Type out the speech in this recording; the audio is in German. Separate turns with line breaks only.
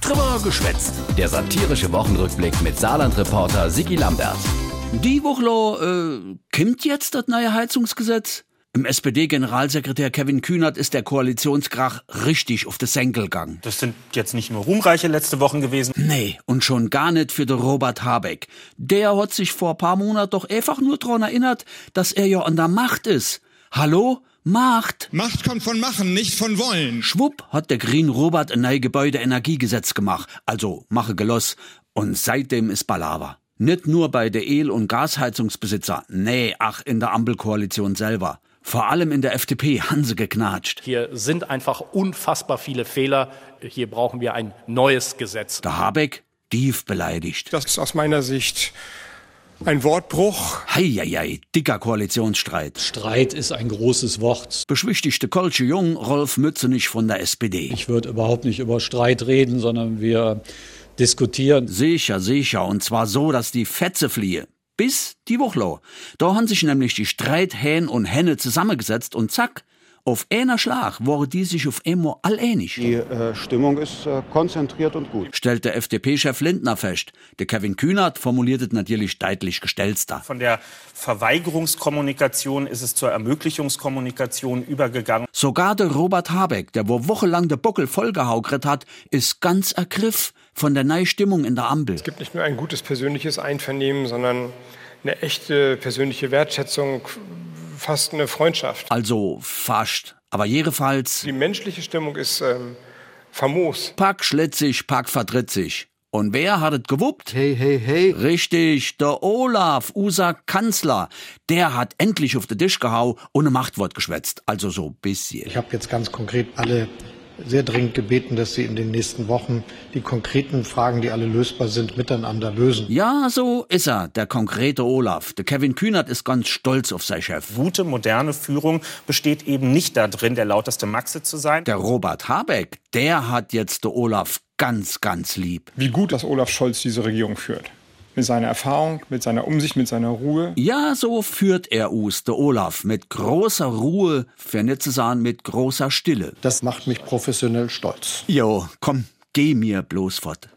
Drüber geschwätzt. Der satirische Wochenrückblick mit Saarland-Reporter Sigi Lambert.
Die Woche äh, kommt jetzt das neue Heizungsgesetz? Im SPD-Generalsekretär Kevin Kühnert ist der Koalitionskrach richtig auf das Senkel gegangen.
Das sind jetzt nicht nur ruhmreiche letzte Wochen gewesen.
Nee, und schon gar nicht für den Robert Habeck. Der hat sich vor paar Monaten doch einfach nur dran erinnert, dass er ja an der Macht ist. Hallo? Macht?
Macht kommt von Machen, nicht von Wollen.
Schwupp hat der Green Robert ein neues Gebäudeenergiegesetz gemacht. Also mache geloss. Und seitdem ist Balava. Nicht nur bei der El- und Gasheizungsbesitzer. Nee, ach, in der Ampelkoalition selber. Vor allem in der FDP Hanse geknatscht.
Hier sind einfach unfassbar viele Fehler. Hier brauchen wir ein neues Gesetz.
Der Habeck tief beleidigt.
Das ist aus meiner Sicht ein Wortbruch.
Heieiei, dicker Koalitionsstreit.
Streit ist ein großes Wort.
Beschwichtigte Kolsche Jung, Rolf Mützenich von der SPD.
Ich würde überhaupt nicht über Streit reden, sondern wir diskutieren.
Sicher, sicher, und zwar so, dass die Fetze fliehe. Bis die Wochlau. Da haben sich nämlich die Streithähn und Henne zusammengesetzt und zack, auf einer Schlag waren die sich auf einmal all ähnlich.
Die äh, Stimmung ist äh, konzentriert und gut.
Stellt der FDP-Chef Lindner fest. Der Kevin Kühnert formuliert es natürlich deutlich gestellter.
Von der Verweigerungskommunikation ist es zur Ermöglichungskommunikation übergegangen.
Sogar der Robert Habeck, der wo wochenlang der Buckel vollgehaugert hat, ist ganz ergriff von der Neistimmung in der Ampel.
Es gibt nicht nur ein gutes persönliches Einvernehmen, sondern eine echte persönliche Wertschätzung, fast eine Freundschaft.
Also fast. Aber jedenfalls
Die menschliche Stimmung ist ähm, famos.
Pack schlitzig, pack verdritzig. Und wer hat es gewuppt?
Hey, hey, hey.
Richtig, der Olaf, unser Kanzler. Der hat endlich auf den Tisch gehau und ein Machtwort geschwätzt. Also so ein bisschen.
Ich habe jetzt ganz konkret alle sehr dringend gebeten, dass sie in den nächsten Wochen die konkreten Fragen, die alle lösbar sind, miteinander lösen.
Ja, so ist er, der konkrete Olaf. Der Kevin Kühnert ist ganz stolz auf sein Chef.
Gute, moderne Führung besteht eben nicht darin, der lauteste Maxe zu sein.
Der Robert Habeck, der hat jetzt der Olaf ganz, ganz lieb.
Wie gut, dass Olaf Scholz diese Regierung führt. Mit seiner Erfahrung, mit seiner Umsicht, mit seiner Ruhe.
Ja, so führt er us, der Olaf, mit großer Ruhe, für nicht zu sagen mit großer Stille.
Das macht mich professionell stolz.
Jo, komm, geh mir bloß fort.